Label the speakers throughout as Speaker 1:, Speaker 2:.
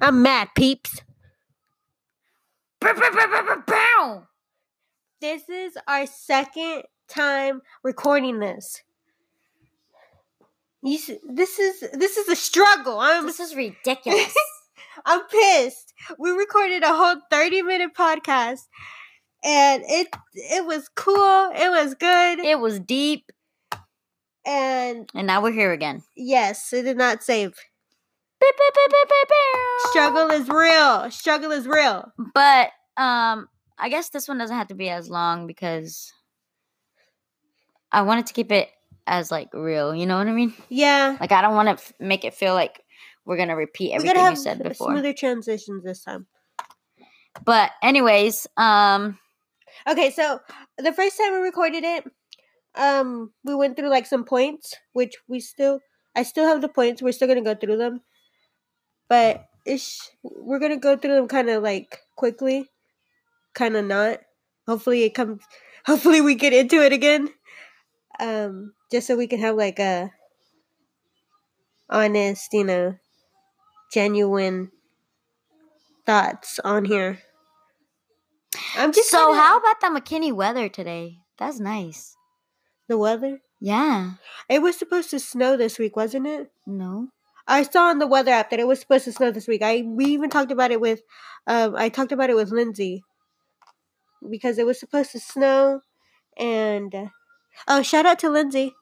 Speaker 1: I'm mad, peeps. Bow, bow, bow, bow, bow, bow. This is our second time recording this. You, s- this is this is a struggle. I'm
Speaker 2: This is ridiculous.
Speaker 1: I'm pissed. We recorded a whole 30 minute podcast, and it it was cool. It was good,
Speaker 2: it was deep,
Speaker 1: and
Speaker 2: and now we're here again.
Speaker 1: yes, it did not save.
Speaker 2: Beep, beep, beep, beep, beep, beep.
Speaker 1: Struggle is real. Struggle is real.
Speaker 2: But um, I guess this one doesn't have to be as long because I wanted to keep it as like real. You know what I mean?
Speaker 1: Yeah,
Speaker 2: Like I don't want to f- make it feel like we're gonna repeat
Speaker 1: we
Speaker 2: everything
Speaker 1: gotta have
Speaker 2: you said before.
Speaker 1: smoother transitions this time.
Speaker 2: But anyways, um,
Speaker 1: Okay, so the first time we recorded it, um, we went through like some points, which we still, I still have the points. We're still gonna go through them, but it's we're gonna go through them kind of like quickly, kind of not. Hopefully it comes. Hopefully we get into it again, um, just so we can have like a honest, you know, genuine thoughts on here. I'm just
Speaker 2: so
Speaker 1: kinda-
Speaker 2: how about the McKinney weather today? That's nice.
Speaker 1: the weather.
Speaker 2: Yeah.
Speaker 1: It was supposed to snow this week, wasn't it?
Speaker 2: No.
Speaker 1: I saw on the weather app that it was supposed to snow this week. I we even talked about it with, um, I talked about it with Lindsay because it was supposed to snow, and uh, oh, shout out to Lindsay.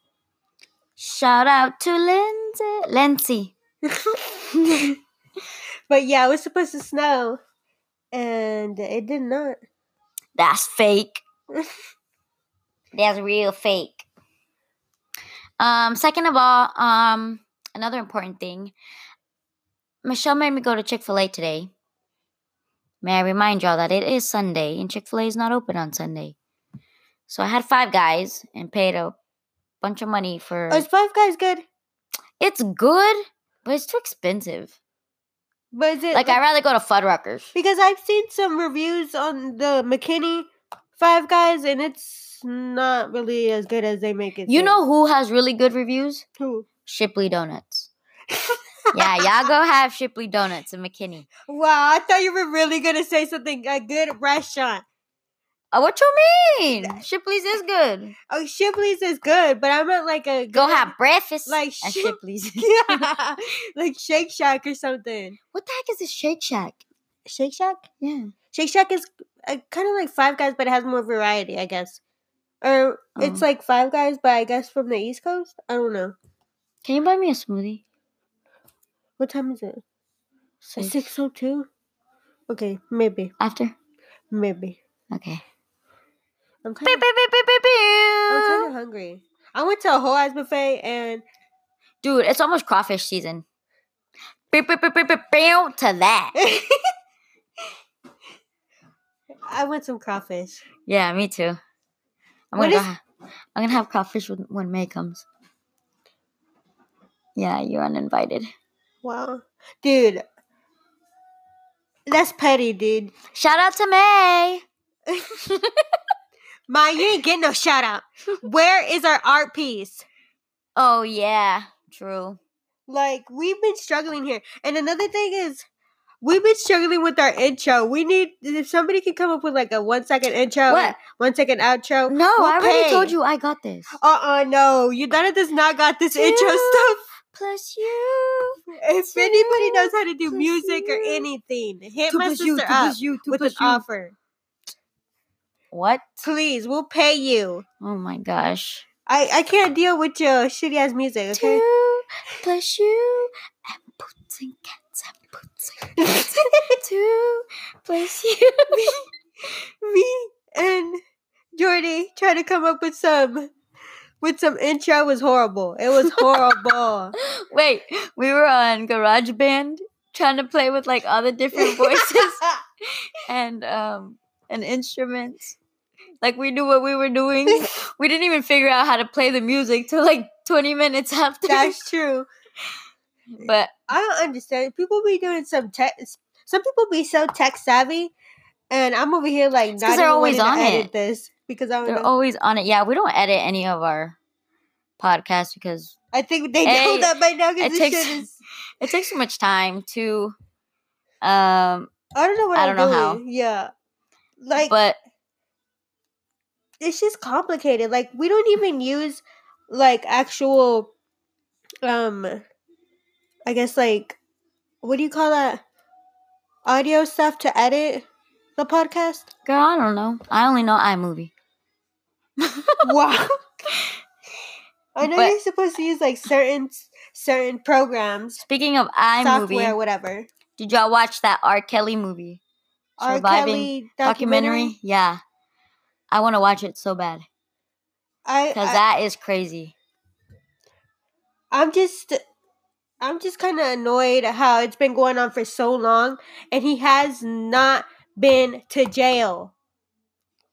Speaker 2: Shout out to Lindsay. Lindsay.
Speaker 1: But yeah, it was supposed to snow, and it did not.
Speaker 2: That's fake. That's real fake. Um, second of all, um, another important thing. Michelle made me go to Chick fil A today. May I remind y'all that it is Sunday and Chick fil A is not open on Sunday. So I had five guys and paid a bunch of money for
Speaker 1: Oh, is Five Guys good?
Speaker 2: it's good, but it's too expensive.
Speaker 1: But is it
Speaker 2: Like I'd rather go to Fuddruckers.
Speaker 1: because I've seen some reviews on the McKinney Five Guys, and it's not really as good as they make it.
Speaker 2: You
Speaker 1: seem.
Speaker 2: know who has really good reviews?
Speaker 1: Who?
Speaker 2: Shipley Donuts. yeah, y'all go have Shipley Donuts in McKinney.
Speaker 1: Wow, I thought you were really gonna say something a good restaurant.
Speaker 2: Uh, what you mean? Shipley's is good.
Speaker 1: Oh, Shipley's is good, but I meant like a
Speaker 2: Go
Speaker 1: good-
Speaker 2: have breakfast
Speaker 1: Like
Speaker 2: at
Speaker 1: Ship-
Speaker 2: Shipley's.
Speaker 1: yeah, like Shake Shack or something.
Speaker 2: What the heck is a Shake Shack?
Speaker 1: Shake Shack.
Speaker 2: Yeah.
Speaker 1: Shake Shack is uh, kind of like Five Guys, but it has more variety, I guess. Or it's
Speaker 2: Oh.
Speaker 1: like Five Guys, but I guess from the East Coast. I don't know.
Speaker 2: Can you buy me a smoothie?
Speaker 1: What time is it?
Speaker 2: Six.
Speaker 1: Six oh two. Okay, maybe,
Speaker 2: After?
Speaker 1: maybe.
Speaker 2: Okay. Oh,
Speaker 1: I'm kind
Speaker 2: Pew, pew,
Speaker 1: of,
Speaker 2: pew, pew, pew,
Speaker 1: I'm
Speaker 2: pew.
Speaker 1: kind of hungry. I went to a whole ass buffet and
Speaker 2: Dude, it's almost crawfish season. Pew, pew, pew, pew, pew, pew, To that.
Speaker 1: I want some crawfish.
Speaker 2: Yeah, me too. I'm
Speaker 1: What
Speaker 2: gonna go
Speaker 1: is-
Speaker 2: ha- I'm gonna have crawfish when, when May comes. Yeah, you're uninvited.
Speaker 1: Wow. Dude. That's petty, dude.
Speaker 2: Shout out to May.
Speaker 1: Ma, you ain't getting no shout out. Where is our art piece?
Speaker 2: Oh yeah, true.
Speaker 1: Like, we've been struggling here. And another thing is, we've been struggling with our intro. We need, if somebody can come up with like a one second intro, and
Speaker 2: What?
Speaker 1: one second outro.
Speaker 2: No, I already told
Speaker 1: pay.
Speaker 2: you I got this.
Speaker 1: Uh uh no. You Donna does not got this intro
Speaker 2: Dude.
Speaker 1: stuff.
Speaker 2: Plus you.
Speaker 1: If
Speaker 2: Dude.
Speaker 1: anybody knows how to do
Speaker 2: Plus
Speaker 1: music or
Speaker 2: you.
Speaker 1: anything, hit
Speaker 2: Two
Speaker 1: my
Speaker 2: plus you,
Speaker 1: sister
Speaker 2: two
Speaker 1: up
Speaker 2: plus you, two
Speaker 1: with an
Speaker 2: plus you.
Speaker 1: offer.
Speaker 2: What?
Speaker 1: Please, we'll pay you.
Speaker 2: Oh my gosh.
Speaker 1: I, I can't deal with your shitty ass music, okay?
Speaker 2: Two plus you and boots and cats and boots and cats. two plus you.
Speaker 1: Me and Jordy trying to come up with some with some intro was horrible. It was horrible.
Speaker 2: Wait, we were on GarageBand trying to play with like all the different voices and um and instruments. Like we knew what we were doing. We didn't even figure out how to play the music till like 20 minutes after.
Speaker 1: That's true.
Speaker 2: But
Speaker 1: I don't understand. People be doing some tech. Some people be so tech savvy, and I'm over here like
Speaker 2: It's 'cause
Speaker 1: not
Speaker 2: they're
Speaker 1: even
Speaker 2: always
Speaker 1: wanting to
Speaker 2: on
Speaker 1: edit
Speaker 2: it.
Speaker 1: this because I don't
Speaker 2: they're
Speaker 1: know.
Speaker 2: always on it. Yeah, we don't edit any of our podcasts because
Speaker 1: I think they
Speaker 2: Hey,
Speaker 1: know that by now
Speaker 2: it
Speaker 1: because this
Speaker 2: takes-
Speaker 1: shit is
Speaker 2: it takes so much time to Um,
Speaker 1: I don't know what
Speaker 2: I
Speaker 1: I am
Speaker 2: don't know how.
Speaker 1: doing. Yeah, like
Speaker 2: but
Speaker 1: it's just complicated. Like we don't even use like actual, um, I guess like what do you call that? Audio stuff to edit the podcast.
Speaker 2: girl, I don't know. I only know iMovie.
Speaker 1: wow. I know
Speaker 2: But-
Speaker 1: you're supposed to use like certain certain programs,
Speaker 2: Speaking of
Speaker 1: software,
Speaker 2: iMovie,
Speaker 1: whatever.
Speaker 2: did y'all watch that R. Kelly movie?
Speaker 1: R.
Speaker 2: Surviving
Speaker 1: Kelly
Speaker 2: documentary?
Speaker 1: documentary.
Speaker 2: Yeah. I want to watch it so bad
Speaker 1: I,
Speaker 2: because
Speaker 1: I
Speaker 2: that is crazy.
Speaker 1: I'm just I'm just kind of annoyed at how it's been going on for so long and he has not been to jail.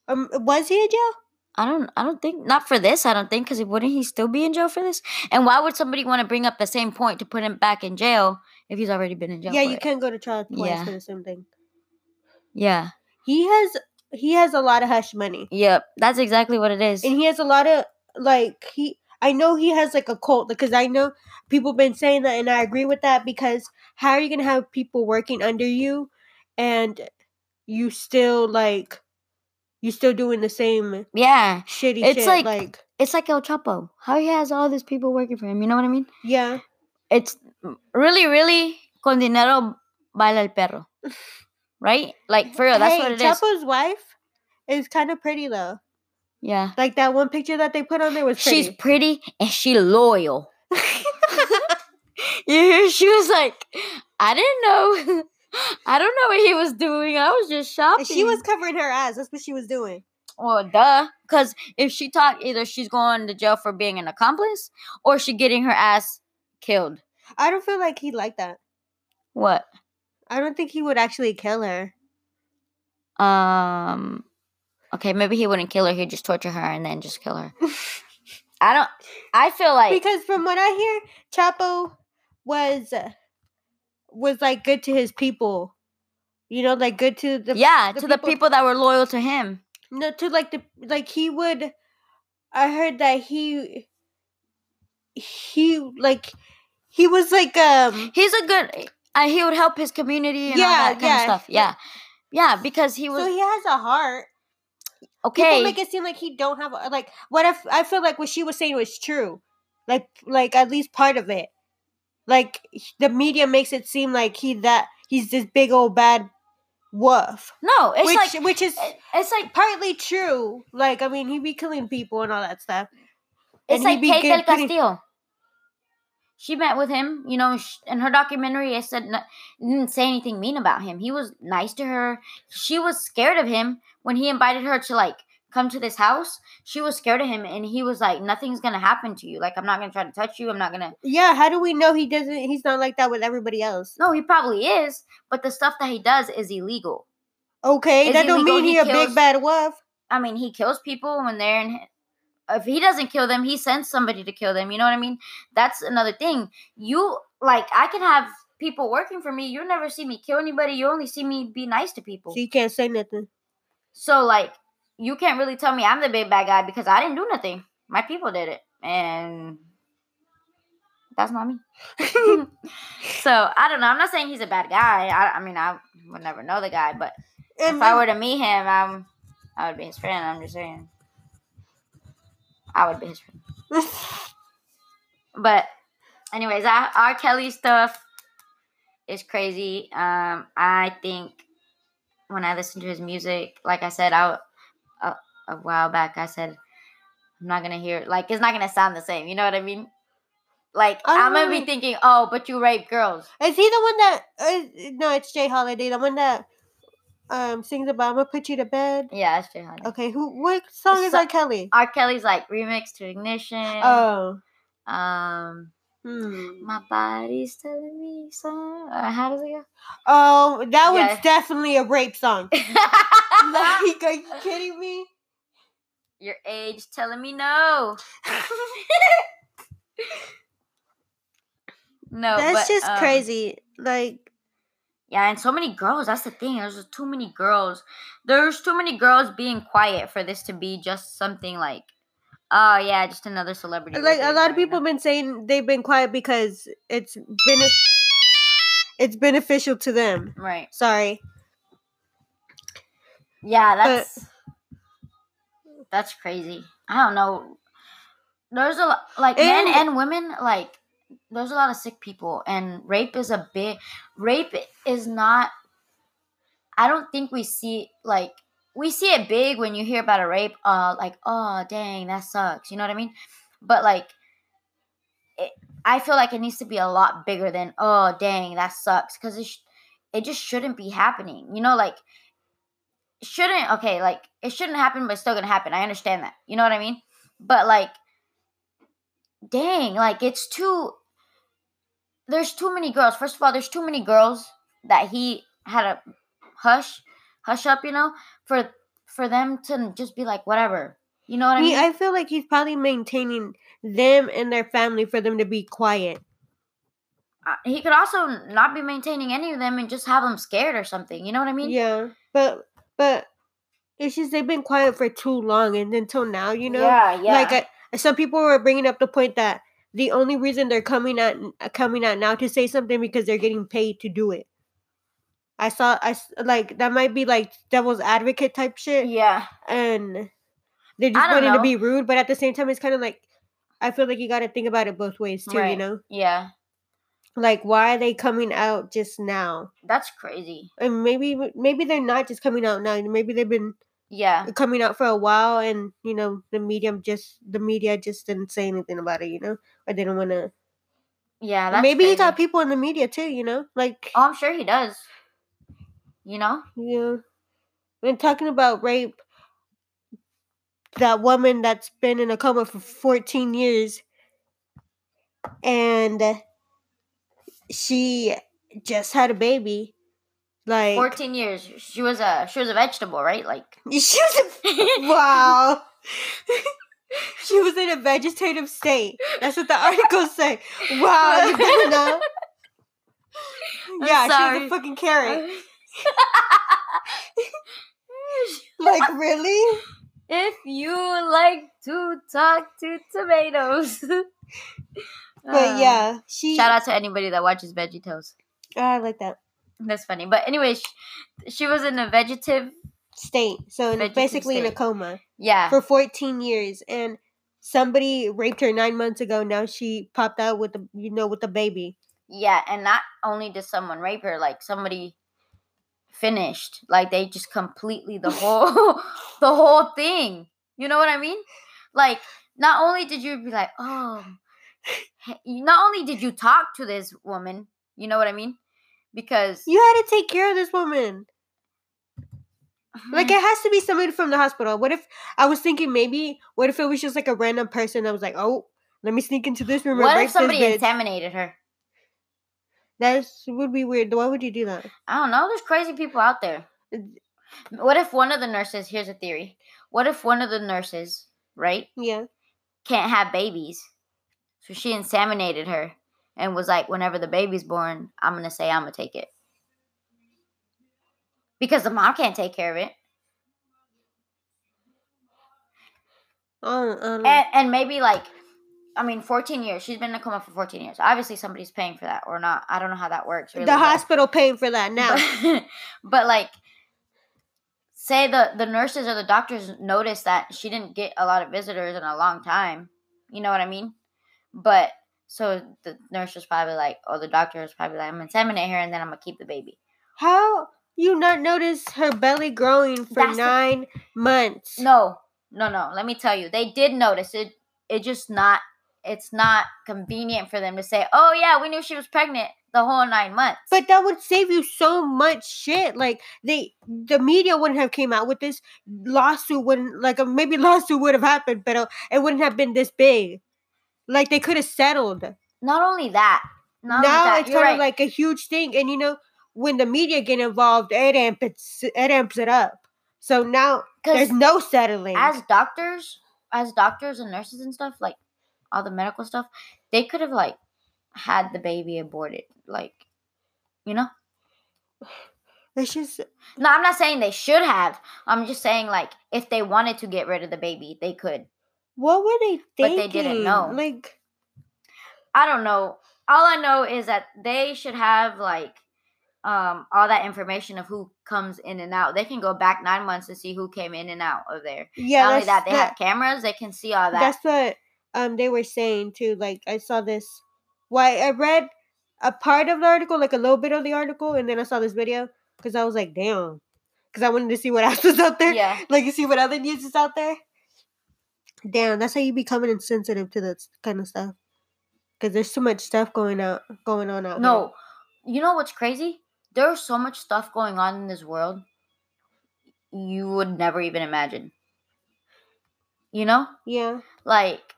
Speaker 1: Um was he in jail?
Speaker 2: I don't. I don't think not for this. I don't think because wouldn't he still be in jail for this? And why would somebody want to bring up the same point to put him back in jail if he's already been in jail?
Speaker 1: yeah,
Speaker 2: for
Speaker 1: you
Speaker 2: it?
Speaker 1: can't go to trial twice
Speaker 2: Yeah.
Speaker 1: for the same thing.
Speaker 2: Yeah.
Speaker 1: He has he has a lot of hush money.
Speaker 2: Yep. That's exactly what it is.
Speaker 1: And he has a lot of like he I know he has like a cult because I know people been saying that and I agree with that because how are you going to have people working under you and you still like you still doing the same
Speaker 2: yeah.
Speaker 1: shitty
Speaker 2: It's
Speaker 1: shit.
Speaker 2: like-
Speaker 1: Like,
Speaker 2: It's like El Chapo. How he has all these people working for him. You know what I mean?
Speaker 1: yeah,
Speaker 2: It's really, really con dinero baila el perro. Right? Like for real. That's
Speaker 1: hey,
Speaker 2: what it is.
Speaker 1: Chapo's wife is kind of pretty though.
Speaker 2: Yeah.
Speaker 1: Like that one picture that they put on there was pretty.
Speaker 2: She's pretty and she loyal. you hear? She was like, I didn't know. I don't know what he was doing. I was just shopping.
Speaker 1: And she was covering her eyes. That's what she was doing.
Speaker 2: well, duh. Because if she talked, either she's going to jail for being an accomplice, or she getting her ass killed.
Speaker 1: I don't feel like he liked that.
Speaker 2: What?
Speaker 1: I don't think he would actually kill her.
Speaker 2: Um. Okay, maybe he wouldn't kill her. He'd just torture her and then just kill her. I don't. I feel like
Speaker 1: Because from what I hear, Chapo was was like good to his people. You know, like good to the
Speaker 2: yeah,
Speaker 1: the
Speaker 2: to the
Speaker 1: people-
Speaker 2: people that were loyal to him.
Speaker 1: No, to like the like he would. I heard that he he like he was like um
Speaker 2: He's a good. Uh, he would help his community and all
Speaker 1: Yeah,
Speaker 2: that kind of
Speaker 1: yeah.
Speaker 2: stuff. Yeah, yeah, because he was
Speaker 1: so he has a heart.
Speaker 2: okay.
Speaker 1: People make it seem like he don't have a- like what if I feel like what she was saying was true, like like at least part of it. Like h- the media makes it seem like he that he's this big old bad wolf,
Speaker 2: no, it's
Speaker 1: which
Speaker 2: like eh,
Speaker 1: which is
Speaker 2: it- it's like
Speaker 1: partly true. Like I mean, he be killing people and all that stuff.
Speaker 2: it's
Speaker 1: And he
Speaker 2: like
Speaker 1: be
Speaker 2: Kate
Speaker 1: getting
Speaker 2: Del
Speaker 1: pretty-
Speaker 2: Castillo. She met with him, you know, sh- in her documentary. I said no- didn't say anything mean about him. He was nice to her. She was scared of him when he invited her to like come to this house. She was scared of him, and he was like, "Nothing's gonna happen to you. Like, I'm not gonna try to touch you. I'm not gonna."
Speaker 1: Yeah, how do we know he doesn't? He's not like that with everybody else.
Speaker 2: No, he probably is, but the stuff that he does is illegal.
Speaker 1: Okay,
Speaker 2: Is
Speaker 1: that
Speaker 2: he
Speaker 1: don't
Speaker 2: legal?
Speaker 1: mean
Speaker 2: He
Speaker 1: he, a
Speaker 2: kills-
Speaker 1: big bad wolf.
Speaker 2: I mean, he kills people when they're in. If he doesn't kill them, he sends somebody to kill them. You know what I mean? That's another thing. You like, I can have people working for me. You never see me kill anybody. You only see me be nice to people.
Speaker 1: So you can't say nothing.
Speaker 2: So like, you can't really tell me I'm the big bad guy because I didn't do nothing. My people did it, and that's not me. so I don't know. I'm not saying he's a bad guy. I, I mean, I would never know the guy, but
Speaker 1: And
Speaker 2: if I were to meet him, I'm, I would be his friend. I'm just saying. I would be his friend. But, anyways, I, R. Kelly stuff is crazy. Um, I think when I listen to his music, like I said, I a, a while back, I said I'm not gonna hear like it's not gonna sound the same. You know what I mean? Like
Speaker 1: I don't
Speaker 2: I'm gonna
Speaker 1: really-
Speaker 2: be thinking, oh, but you rape girls.
Speaker 1: Is he the one that? Uh, no, it's Jay Holiday, the one that um sings about "I'm gonna put you to bed."
Speaker 2: Yeah, that's Jay Honey.
Speaker 1: Okay, who? What song is
Speaker 2: So-
Speaker 1: R. Kelly?
Speaker 2: R. Kelly's like remix to Ignition.
Speaker 1: Oh,
Speaker 2: um,
Speaker 1: hmm.
Speaker 2: my body's telling me something. Uh, how does it go?
Speaker 1: oh, that one's
Speaker 2: Yeah.
Speaker 1: definitely a rape song. like, are you kidding me?
Speaker 2: Your age telling me no. no,
Speaker 1: That's
Speaker 2: but,
Speaker 1: just
Speaker 2: um,
Speaker 1: crazy. Like,
Speaker 2: Yeah, and so many girls. That's the thing. There's just too many girls. There's too many girls being quiet for this to be just something like, oh yeah, just another celebrity.
Speaker 1: like a
Speaker 2: raping
Speaker 1: lot of
Speaker 2: you," you
Speaker 1: people
Speaker 2: know?
Speaker 1: been saying they've been quiet because it's been. A- it's beneficial to them.
Speaker 2: Right.
Speaker 1: Sorry.
Speaker 2: Yeah, that's that's crazy. I don't know. There's a lot, like men
Speaker 1: And-
Speaker 2: and women like there's a lot of sick people and rape is a big rape is not I don't think we see like we see it big when you hear about a rape uh like oh dang that sucks, you know what I mean? But like it, I feel like it needs to be a lot bigger than oh dang that sucks cuz it sh- it just shouldn't be happening. You know like shouldn't okay like it shouldn't happen but it's still gonna happen i understand that you know what i mean but like dang like it's too there's too many girls first of all there's too many girls that he had a hush hush up you know for for them to just be like whatever you know what i
Speaker 1: He,
Speaker 2: mean
Speaker 1: I feel like he's probably maintaining them and their family for them to be quiet.
Speaker 2: Uh, he could also not be maintaining any of them and just have them scared or something you know what i mean
Speaker 1: yeah, but but it's just they've been quiet for too long, and until now, you know,
Speaker 2: yeah yeah
Speaker 1: like I, some people were bringing up the point that the only reason they're coming out uh, coming out now to say something because they're getting paid to do it. I saw I s- like that might be like devil's advocate type shit.
Speaker 2: yeah
Speaker 1: and they're just
Speaker 2: I don't
Speaker 1: wanting
Speaker 2: know.
Speaker 1: to be rude, but at the same time, it's kind of like I feel like you got to think about it both ways too. You
Speaker 2: Right.
Speaker 1: know,
Speaker 2: yeah
Speaker 1: like why are they coming out just now?
Speaker 2: that's crazy
Speaker 1: And maybe maybe they're not just coming out now. Maybe they've been
Speaker 2: yeah
Speaker 1: coming out for a while, and you know the medium just the media just didn't say anything about it. You know, or they don't want to.
Speaker 2: yeah that's
Speaker 1: Maybe he
Speaker 2: crazy.
Speaker 1: got people in the media too. You know, like
Speaker 2: Oh, I'm sure he does. You know?
Speaker 1: yeah. When talking about rape, that woman that's been in a coma for 14 years and she just had a baby. Like,
Speaker 2: 14 years. She was a she was a vegetable, right? Like
Speaker 1: she was a, wow. she was in a vegetative state. That's what the article say. Wow, you didn't know?
Speaker 2: I'm
Speaker 1: yeah, she was
Speaker 2: sorry.
Speaker 1: a fucking carrot.
Speaker 2: if
Speaker 1: Like, really?
Speaker 2: you like to talk to tomatoes. Um,
Speaker 1: But yeah, she.
Speaker 2: Uh, Shout out to anybody that watches Veggie Tales.
Speaker 1: I like that
Speaker 2: That's funny. But anyway, she, she was in a vegetative
Speaker 1: state. So in-
Speaker 2: Vegetative
Speaker 1: basically in a
Speaker 2: state.
Speaker 1: coma.
Speaker 2: yeah.
Speaker 1: for 14 years and somebody raped her nine months ago now she popped out with the you know with the baby
Speaker 2: Yeah, and not only did someone rape her, like somebody finished. Like they just completely the whole the whole thing. You know what I mean? Like not only did you be like, "Oh, he- not only did you talk to this woman, you know what I mean? Because
Speaker 1: you had to take care of this woman
Speaker 2: hmm, Mm-hmm.
Speaker 1: like it has to be somebody from the hospital what if i was thinking maybe what if it was just like a random person that was like oh let me sneak into this room and
Speaker 2: what
Speaker 1: rape
Speaker 2: if somebody
Speaker 1: this bitch.
Speaker 2: contaminated her?
Speaker 1: that would be weird why would you do that
Speaker 2: I don't know. There's crazy people out there. What if one of the nurses? Here's a theory. What if one of the nurses, right?
Speaker 1: yeah
Speaker 2: can't have babies. So she inseminated her and was like, whenever the baby's born, I'm going to say I'm going to take it. Because the mom can't take care of it.
Speaker 1: oh, um,
Speaker 2: And, and maybe like, I mean, 14 years. She's been in a coma for 14 years. Obviously, somebody's paying for that or not. I don't know how that works.
Speaker 1: the
Speaker 2: but-
Speaker 1: hospital paying for that now
Speaker 2: But, but, like, say the, the nurses or the doctors noticed that she didn't get a lot of visitors in a long time. You know what I mean? But so the nurse was probably like, or the doctor was probably like, I'm gonna inseminate her and then I'm gonna keep the baby.
Speaker 1: how you not notice her belly growing for
Speaker 2: That's the-
Speaker 1: nine months
Speaker 2: No, no, no. Let me tell you, they did notice it. It just not. It's not convenient for them to say, oh yeah, we knew she was pregnant the whole nine months.
Speaker 1: But that would save you so much shit. Like they, the media wouldn't have came out with this lawsuit. Wouldn't like uh, maybe lawsuit would have happened, but uh, it wouldn't have been this big. Like they could have settled.
Speaker 2: not only that, not only
Speaker 1: now
Speaker 2: that,
Speaker 1: it's
Speaker 2: you're
Speaker 1: kind of
Speaker 2: right.
Speaker 1: like a huge thing, and you know when the media get involved, it amps it, it amps it up. So now
Speaker 2: 'Cause
Speaker 1: there's no settling.
Speaker 2: as doctors, as doctors and nurses and stuff, like all the medical stuff, they could have like had the baby aborted, like you know.
Speaker 1: it's just
Speaker 2: No, I'm not saying they should have. I'm just saying like if they wanted to get rid of the baby, they could.
Speaker 1: what were they
Speaker 2: But
Speaker 1: thinking?
Speaker 2: they didn't know.
Speaker 1: Like
Speaker 2: I don't know. All I know is that they should have like um, all that information of who comes in and out. They can go back nine months to see who came in and out of there.
Speaker 1: Yeah,
Speaker 2: Not only that,
Speaker 1: that's-
Speaker 2: they
Speaker 1: that-
Speaker 2: have cameras. They can see all that.
Speaker 1: That's what um they were saying too. Like I saw this. Why I read a part of the article, like a little bit of the article, and then I saw this video because I was like, damn, because I wanted to see what else was out there.
Speaker 2: yeah.
Speaker 1: Like you see what other news is out there. Damn, that's how you becoming insensitive to that kind of stuff. Because there's so much stuff going out, going on out.
Speaker 2: No, you know what's crazy? There's so much stuff going on in this world you would never even imagine. You know,
Speaker 1: here. yeah,
Speaker 2: like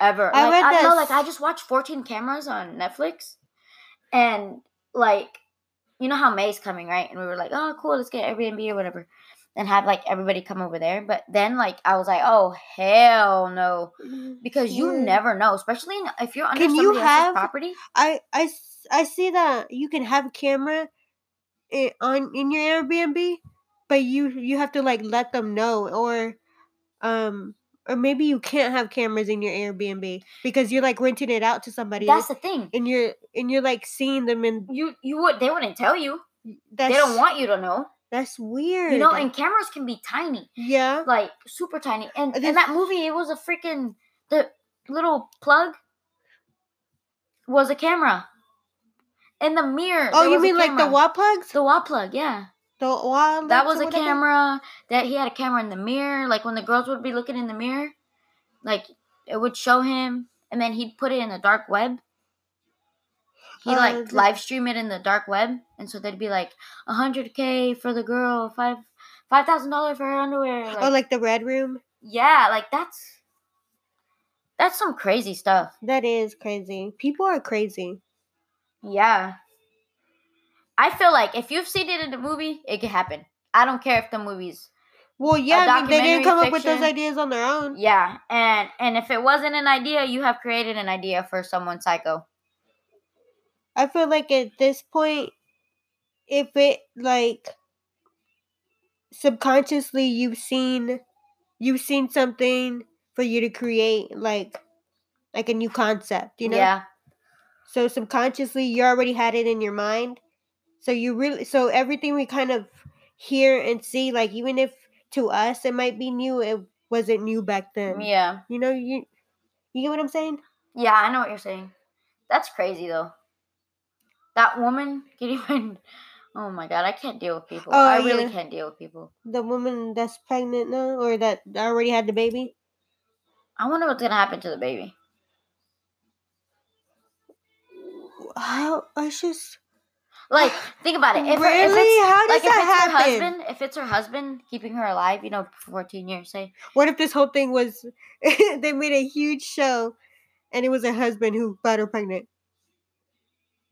Speaker 2: ever.
Speaker 1: I
Speaker 2: like,
Speaker 1: read
Speaker 2: I,
Speaker 1: this-
Speaker 2: No, like I just watched 14 cameras on Netflix, and like you know how May's coming right, and we were like, oh cool, let's get Airbnb or whatever. And have like everybody come over there, but then like I was like, oh hell no, because you
Speaker 1: Yeah.
Speaker 2: never know, especially in- if you're under
Speaker 1: Can you
Speaker 2: somebody else's
Speaker 1: have-
Speaker 2: property.
Speaker 1: I I s- I see that you can have camera i- on in your Airbnb, but you you have to like let them know or um or maybe you can't have cameras in your Airbnb because you're like renting it out to somebody
Speaker 2: That's
Speaker 1: else
Speaker 2: the thing.
Speaker 1: and you're and you're like seeing them and
Speaker 2: you you would they wouldn't tell you.
Speaker 1: that's
Speaker 2: they don't want you to know.
Speaker 1: that's weird.
Speaker 2: You know, and cameras can be tiny,
Speaker 1: yeah.
Speaker 2: like super tiny. And
Speaker 1: This-
Speaker 2: in that movie, it was a freaking the little plug was a camera. In the mirror.
Speaker 1: Oh,
Speaker 2: there
Speaker 1: you
Speaker 2: was a
Speaker 1: mean like the
Speaker 2: camera.
Speaker 1: wall plugs?
Speaker 2: The wall plug, yeah.
Speaker 1: The wall. lights
Speaker 2: That was
Speaker 1: or
Speaker 2: a
Speaker 1: whatever?
Speaker 2: camera. That he had a camera in the mirror. Like when the girls would be looking in the mirror, like it would show him, and then he'd put it in the dark web. He
Speaker 1: Uh,
Speaker 2: like
Speaker 1: the-
Speaker 2: live stream it in the dark web, and so they'd be like hundred k for the girl, five five thousand dollars for her underwear. Like,
Speaker 1: Oh, like the red room.
Speaker 2: yeah, like that's that's some crazy stuff.
Speaker 1: That is crazy. People are crazy.
Speaker 2: Yeah, I feel like if you've seen it in the movie, it could happen. I don't care if the movies
Speaker 1: Well, yeah, I mean, they didn't
Speaker 2: documentary
Speaker 1: come up with those
Speaker 2: fiction.
Speaker 1: ideas on their own.
Speaker 2: Yeah, and and if it wasn't an idea, you have created an idea for someone psycho.
Speaker 1: I feel like at this point, if it like subconsciously you've seen you've seen something for you to create like like a new concept, you know?
Speaker 2: Yeah,
Speaker 1: So subconsciously you already had it in your mind. So you really so everything we kind of hear and see, like even if to us it might be new, it wasn't new back then.
Speaker 2: yeah,
Speaker 1: You know, you you get what I'm saying?
Speaker 2: yeah. I know what you're saying. That's crazy though. That woman can even. Oh my god, I can't deal with people.
Speaker 1: Oh,
Speaker 2: I really
Speaker 1: yeah.
Speaker 2: can't deal with people.
Speaker 1: The woman that's pregnant now or that already had the baby.
Speaker 2: I wonder what's gonna happen to the baby.
Speaker 1: How I just
Speaker 2: Like, think about it. If her- if
Speaker 1: really?
Speaker 2: it's,
Speaker 1: How does
Speaker 2: like,
Speaker 1: that
Speaker 2: if it's
Speaker 1: happen?
Speaker 2: her husband, if it's her husband keeping her alive, you know, for 14 years, say,
Speaker 1: What if this whole thing was they made a huge show, and it was her husband who got her pregnant?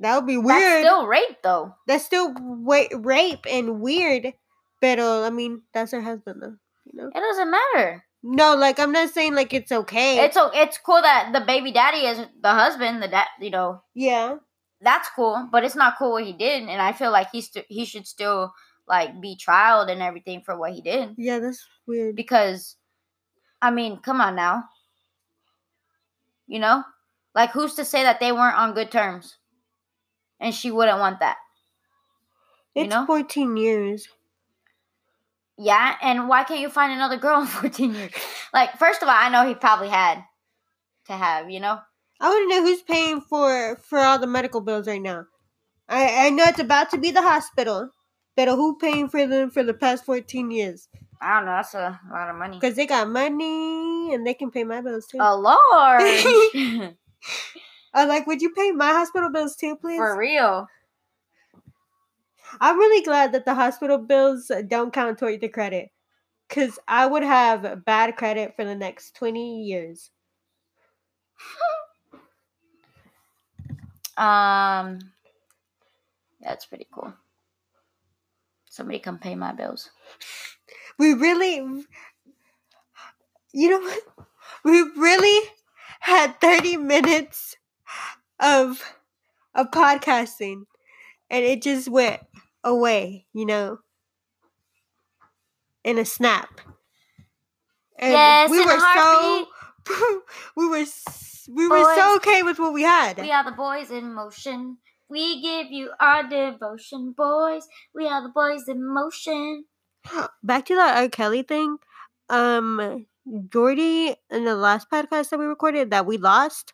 Speaker 1: That would be
Speaker 2: that's
Speaker 1: weird.
Speaker 2: still rape though.
Speaker 1: That's still, wa- rape and weird. But uh, I mean, that's her husband though. You know?
Speaker 2: It doesn't matter.
Speaker 1: No, like I'm not saying like it's okay.
Speaker 2: It's o- it's cool that the baby daddy is the husband, the dad, you know,
Speaker 1: yeah.
Speaker 2: that's cool, but it's not cool what he did, and I feel like he st- he should still like be trialed and everything for what he did
Speaker 1: Yeah, that's weird.
Speaker 2: because, I mean, come on now, you know, like who's to say that they weren't on good terms, and she wouldn't want that, you
Speaker 1: It's
Speaker 2: know?
Speaker 1: 14 years.
Speaker 2: yeah? And why can't you find another girl in fourteen years? Like, first of all, I know he probably had to have, you know,
Speaker 1: I want to know who's paying for for all the medical bills right now. I I know it's about to be the hospital, but who paying for them for the past fourteen years?
Speaker 2: I don't know, that's a lot of money.
Speaker 1: Because they got money and they can pay my bills too.
Speaker 2: A large,
Speaker 1: I'm like, would you pay my hospital bills too, please?
Speaker 2: for real.
Speaker 1: I'm really glad that the hospital bills don't count toward the credit, because I would have bad credit for the next twenty years.
Speaker 2: Um, that's pretty cool. Somebody come pay my bills.
Speaker 1: we really you know what we really had 30 minutes of of podcasting and it just went away you know in a snap and
Speaker 2: yes,
Speaker 1: we
Speaker 2: in
Speaker 1: were
Speaker 2: a heartbeat,
Speaker 1: so we were s- we were so
Speaker 2: Boys.
Speaker 1: okay with what we had
Speaker 2: we are the boys in motion. We give you our devotion, boys. We are the boys in motion.
Speaker 1: Uh, Back to that R. Kelly thing. Um, Jordy, in the last podcast that we recorded that we lost,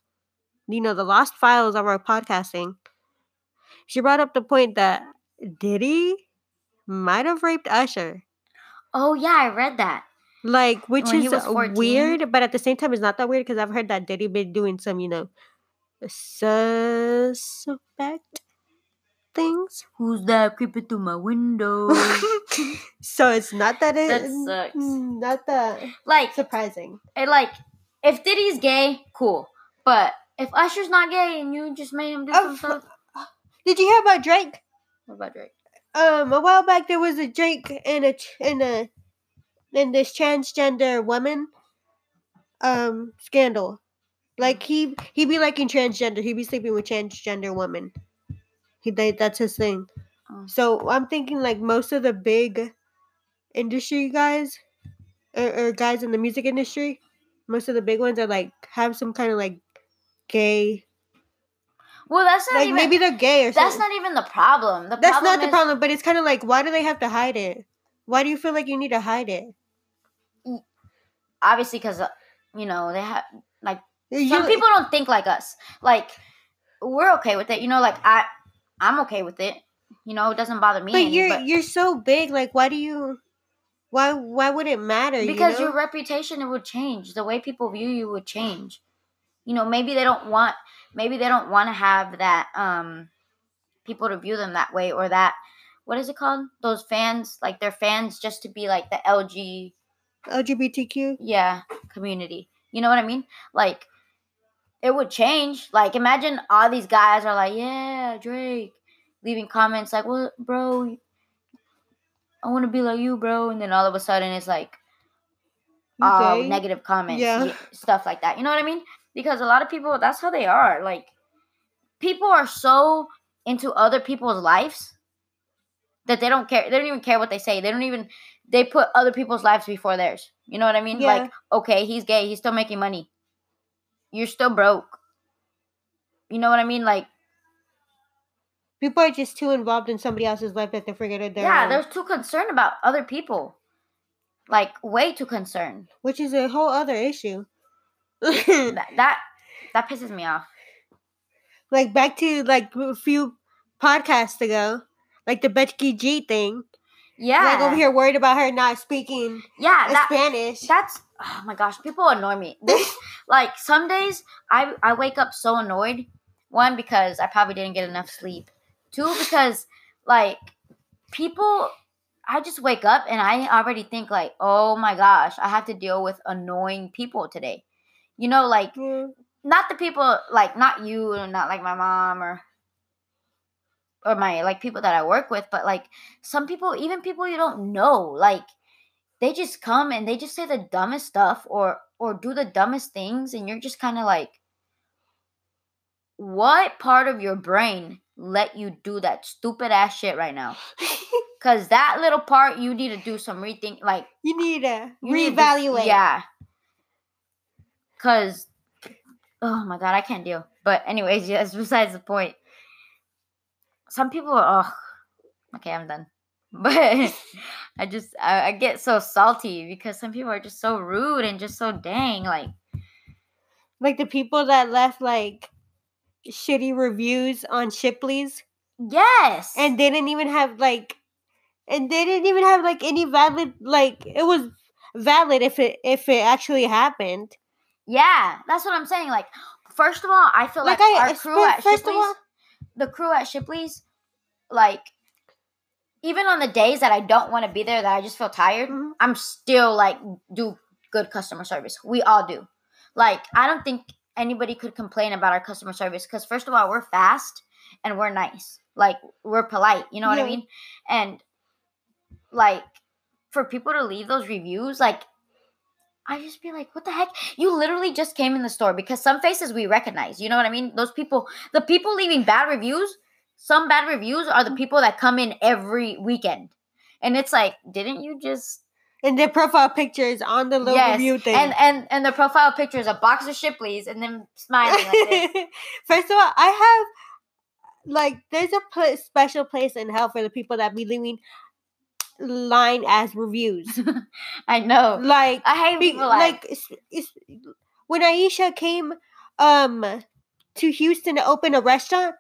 Speaker 1: you know, the lost files of our podcasting, she brought up the point that Diddy might have raped Usher.
Speaker 2: Oh yeah, I read that.
Speaker 1: Like, which
Speaker 2: When Oh, he
Speaker 1: is
Speaker 2: was 14.
Speaker 1: weird, but at the same time, it's not that weird because I've heard that Diddy been doing some, you know, suspect things.
Speaker 2: Who's that creeping through my window?
Speaker 1: so it's not that it,
Speaker 2: That sucks.
Speaker 1: Not that
Speaker 2: like,
Speaker 1: surprising.
Speaker 2: it, like if Diddy's gay, cool. But if Usher's not gay and you just made him do
Speaker 1: Oh,
Speaker 2: some stuff,
Speaker 1: Did you hear about Drake?
Speaker 2: what about Drake?
Speaker 1: Um, a while back there was a Drake and a tr- and a and this transgender woman um scandal. Like he he be liking transgender. He be sleeping with transgender women. He they, that's his thing.
Speaker 2: Oh.
Speaker 1: So I'm thinking like most of the big industry guys or, or guys in the music industry, most of the big ones are like have some kind of like gay.
Speaker 2: Well, that's not
Speaker 1: Like
Speaker 2: even.
Speaker 1: maybe they're gay or
Speaker 2: that's
Speaker 1: something.
Speaker 2: not even the problem. The
Speaker 1: That's
Speaker 2: problem
Speaker 1: not the
Speaker 2: is-
Speaker 1: problem, but it's kind of like, why do they have to hide it? Why do you feel like you need to hide it?
Speaker 2: Obviously, because you know they have like
Speaker 1: You-
Speaker 2: some people don't think like us. Like we're okay with it. You know, like I, I'm okay with it. You know, it doesn't bother me.
Speaker 1: but
Speaker 2: any,
Speaker 1: you're
Speaker 2: but-
Speaker 1: you're so big. Like, why do you? Why why would it matter?
Speaker 2: because
Speaker 1: you
Speaker 2: your reputation it would change the way people view you would change you know maybe they don't want maybe they don't want to have that um people to view them that way or that what is it called those fans like their fans just to be like the lg
Speaker 1: your LGBTQ.
Speaker 2: yeah community you know what i mean like it would change like imagine all these guys are like yeah drake leaving comments like well bro i want to be like you bro and then all of a sudden it's like uh,
Speaker 1: Okay.
Speaker 2: negative comments,
Speaker 1: Yeah.
Speaker 2: y- stuff like that. You know what I mean? Because a lot of people, that's how they are. Like, people are so into other people's lives that they don't care. They don't even care what they say. They don't even. They put other people's lives before theirs. You know what I mean?
Speaker 1: Yeah.
Speaker 2: Like, okay, he's gay. He's still making money. You're still broke. You know what I mean? Like,
Speaker 1: People are just too involved in somebody else's life that they forget that they're
Speaker 2: yeah, they're too concerned about other people. Like, way too concerned.
Speaker 1: which is a whole other issue.
Speaker 2: That that that pisses me off.
Speaker 1: like back to like a few podcasts ago, like the Becky G thing.
Speaker 2: Yeah.
Speaker 1: Like over here, worried about her not speaking
Speaker 2: Yeah, that,
Speaker 1: Spanish.
Speaker 2: that's oh my gosh, people annoy me. This like some days I I wake up so annoyed. One because I probably didn't get enough sleep. Two because like people I just wake up and I already think like, "Oh my gosh, I have to deal with annoying people today." You know, like
Speaker 1: Yeah.
Speaker 2: not the people like not you and not like my mom or or my like people that I work with, but like some people, even people you don't know, like they just come and they just say the dumbest stuff or or do the dumbest things and you're just kind of like what part of your brain let you do that stupid ass shit right now? Cuz that little part you need to do some rethink like
Speaker 1: You need to
Speaker 2: you need to-
Speaker 1: reevaluate.
Speaker 2: yeah. Cause oh my god, I can't deal. But anyways, yes, besides the point. Some people are oh okay, I'm done. But I just I, I get so salty because some people are just so rude and just so dang like
Speaker 1: Like the people that left like shitty reviews on Shipley's
Speaker 2: yes
Speaker 1: and they didn't even have like and they didn't even have like any valid like it was valid if it if it actually happened.
Speaker 2: yeah that's what I'm saying like first of all I feel like,
Speaker 1: Like, I
Speaker 2: our crew at
Speaker 1: first of
Speaker 2: Shipley's-
Speaker 1: all
Speaker 2: the crew at Shipley's, like, even on the days that I don't want to be there, that I just feel tired,
Speaker 1: Mhm.
Speaker 2: I'm still like, do good customer service. We all do. Like, I don't think anybody could complain about our customer service because, first of all, we're fast and we're nice. Like, we're polite. You know what
Speaker 1: Yeah.
Speaker 2: I mean? And, like, for people to leave those reviews, like, I just be like, what the heck? You literally just came in the store because some faces we recognize. You know what I mean? Those people, the people leaving bad reviews, some bad reviews are the people that come in every weekend. And it's like, didn't you just
Speaker 1: and their profile picture is on the little
Speaker 2: yes?
Speaker 1: review thing.
Speaker 2: And and and the profile picture is a box of Shipley's and then smiling like this.
Speaker 1: First of all, I have like there's a pl- special place in hell for the people that be leaving line as reviews.
Speaker 2: I know.
Speaker 1: like
Speaker 2: I hate
Speaker 1: be-
Speaker 2: people like,
Speaker 1: like it's, it's, when Aisha came um to Houston to open a restaurant.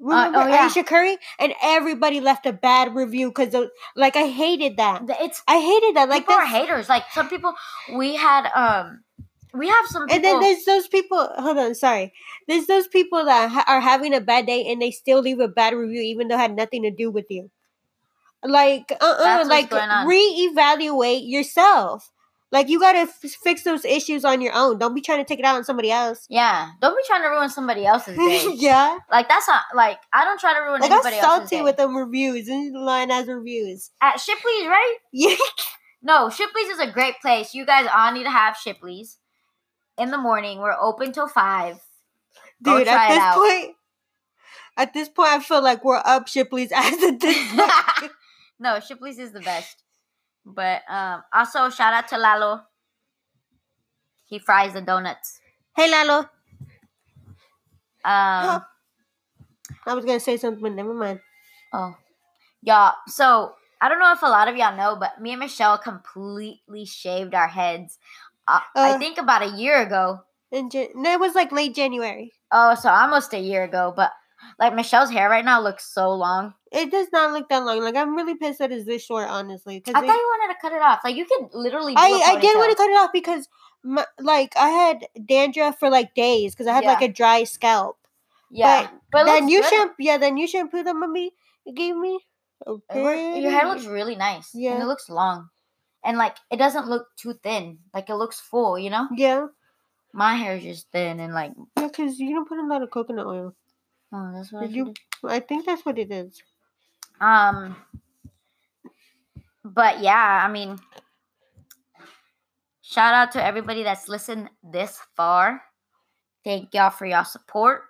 Speaker 1: Remember
Speaker 2: oh, yeah.
Speaker 1: Aisha Curry and everybody left a bad review because like I hated that.
Speaker 2: th- it's
Speaker 1: I hated that. Like
Speaker 2: people are
Speaker 1: that's,
Speaker 2: haters. Like some people, we had um, we have some people.
Speaker 1: and then there's those people. Hold on, sorry. There's those people that ha- are having a bad day and they still leave a bad review, even though it had nothing to do with you. Like, uh,
Speaker 2: That's
Speaker 1: uh
Speaker 2: what's
Speaker 1: like
Speaker 2: going on.
Speaker 1: reevaluate yourself. Like you gotta f- fix those issues on your own. Don't be trying to take it out on somebody else.
Speaker 2: yeah, don't be trying to ruin somebody else's day.
Speaker 1: yeah,
Speaker 2: Like that's not like I don't try to ruin
Speaker 1: like I'm
Speaker 2: anybody else's
Speaker 1: salty
Speaker 2: day.
Speaker 1: with them reviews and line as reviews.
Speaker 2: At Shipley's, right?
Speaker 1: Yeah,
Speaker 2: No, Shipley's is a great place. You guys all need to have Shipley's in the morning. We're open till five. Go
Speaker 1: dude. At
Speaker 2: try it
Speaker 1: this
Speaker 2: out.
Speaker 1: point, at this point, I feel like we're up Shipley's ass at this point.
Speaker 2: no, Shipley's is the best. But um, also shout out to Lalo. He fries the donuts.
Speaker 1: hey, Lalo.
Speaker 2: Um,
Speaker 1: I was gonna say something, but never mind.
Speaker 2: oh, y'all. So I don't know if a lot of y'all know, but me and Michelle completely shaved our heads. Uh, I
Speaker 1: Uh.
Speaker 2: think about a year ago.
Speaker 1: In Jan- no, it was like late January.
Speaker 2: Oh, so almost a year ago. But like Michelle's hair right now looks so long.
Speaker 1: It does not look that long. Like I'm really pissed that it's this short, honestly. Cause
Speaker 2: I thought
Speaker 1: it-
Speaker 2: you wanted to cut it off. Like you could literally. Do
Speaker 1: I, I did want to cut it off because my, like I had dandruff for like days because I had like
Speaker 2: Yeah.
Speaker 1: a dry scalp.
Speaker 2: Yeah, but,
Speaker 1: Then you
Speaker 2: you should.
Speaker 1: shampoo, yeah, then you shampoo that mommy gave me. Oh,
Speaker 2: Your hair looks really nice. and
Speaker 1: Yeah.
Speaker 2: it looks long, and like it doesn't look too thin. Like it looks full. You know,
Speaker 1: Yeah,
Speaker 2: my hair is just thin and like.
Speaker 1: yeah, because you don't put in a lot of coconut oil.
Speaker 2: Oh, that's what I
Speaker 1: Did
Speaker 2: should
Speaker 1: you-
Speaker 2: do.
Speaker 1: I think that's what it is.
Speaker 2: Um, but yeah, I mean, shout out to everybody that's listened this far. Thank y'all for y'all support.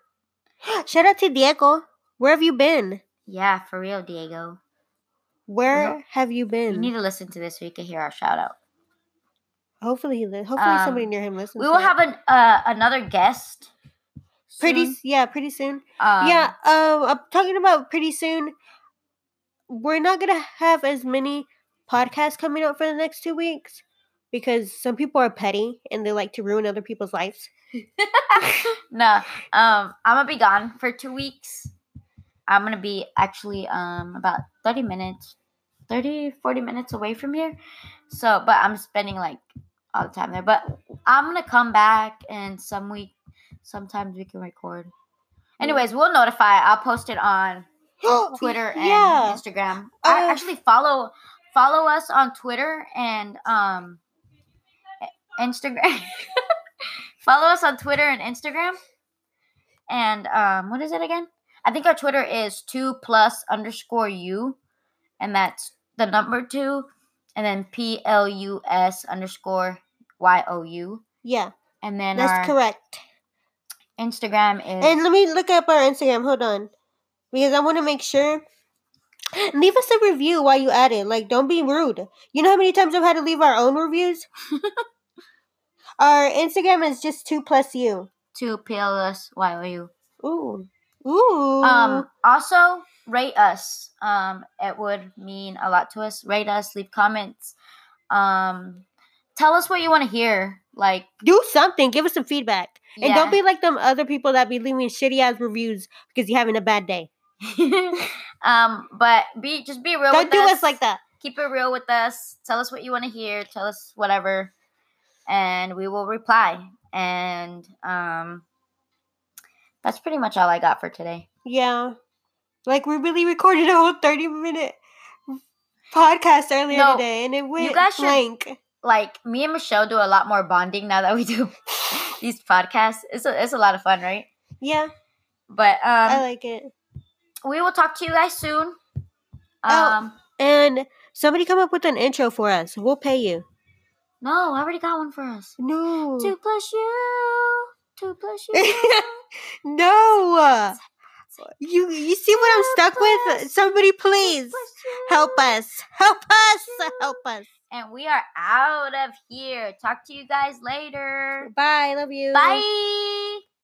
Speaker 1: Shout out to Diego. Where have you been?
Speaker 2: Yeah, for real, Diego.
Speaker 1: Where have you
Speaker 2: You
Speaker 1: been?
Speaker 2: need to listen to this so you can hear our shout out.
Speaker 1: hopefully, he li- hopefully
Speaker 2: Um,
Speaker 1: somebody near him listens.
Speaker 2: We
Speaker 1: to
Speaker 2: will
Speaker 1: it.
Speaker 2: have an uh, another guest.
Speaker 1: pretty.
Speaker 2: soon.
Speaker 1: s- Yeah, pretty soon.
Speaker 2: Um,
Speaker 1: yeah, um, I'm talking about pretty soon. We're not gonna have as many podcasts coming out for the next two weeks because some people are petty and they like to ruin other people's lives.
Speaker 2: no. Um, I'm gonna be gone for two weeks. I'm gonna be actually um about 30 minutes, 30, 40 minutes away from here. So, but I'm spending like all the time there. But I'm gonna come back and some week, sometimes we can record. Anyways, we'll notify. I'll post it on Twitter and
Speaker 1: yeah,
Speaker 2: Instagram. I
Speaker 1: Uh,
Speaker 2: actually follow follow us on Twitter and um I- Instagram. follow us on Twitter and Instagram. And um what is it again? I think our Twitter is two plus underscore u, and that's the number two, and then p l u s underscore y o u,
Speaker 1: yeah,
Speaker 2: and then
Speaker 1: that's
Speaker 2: our
Speaker 1: correct.
Speaker 2: Instagram is
Speaker 1: And let me look up our Instagram. Hold on, because I want to make sure. Leave us a review while you at it. Like, don't be rude. You know how many times I've had to leave our own reviews. our Instagram is just two plus you.
Speaker 2: two p l s y o u.
Speaker 1: Ooh. Ooh.
Speaker 2: Um, also rate us. Um, it would mean a lot to us. Rate us, leave comments. Um, tell us what you want to hear. Like,
Speaker 1: do something. Give us some feedback. And don't be
Speaker 2: yeah.
Speaker 1: like them other people that be leaving shitty ass reviews because you're having a bad day.
Speaker 2: um, but be just be real.
Speaker 1: Don't
Speaker 2: with
Speaker 1: do
Speaker 2: us.
Speaker 1: us like that.
Speaker 2: Keep it real with us. Tell us what you want to hear. Tell us whatever, and we will reply. And um, that's pretty much all I got for today.
Speaker 1: Yeah. Like we really recorded a whole 30 minute podcast earlier
Speaker 2: No,
Speaker 1: today and it went
Speaker 2: guys should-
Speaker 1: blank.
Speaker 2: Like me and Michelle do a lot more bonding now that we do these podcasts. It's a, it's a lot of fun, right?
Speaker 1: Yeah,
Speaker 2: But um,
Speaker 1: I like it.
Speaker 2: we will talk to you guys soon.
Speaker 1: Oh.
Speaker 2: Um,
Speaker 1: And somebody come up with an intro for us. We'll pay you.
Speaker 2: no, I already got one for us.
Speaker 1: No.
Speaker 2: Two plus you, two plus you.
Speaker 1: no. You you see what I'm stuck with?
Speaker 2: Help us.
Speaker 1: Somebody please help us. Help us. Help us.
Speaker 2: and we are out of here. Talk to you guys later.
Speaker 1: Bye. Love you.
Speaker 2: Bye.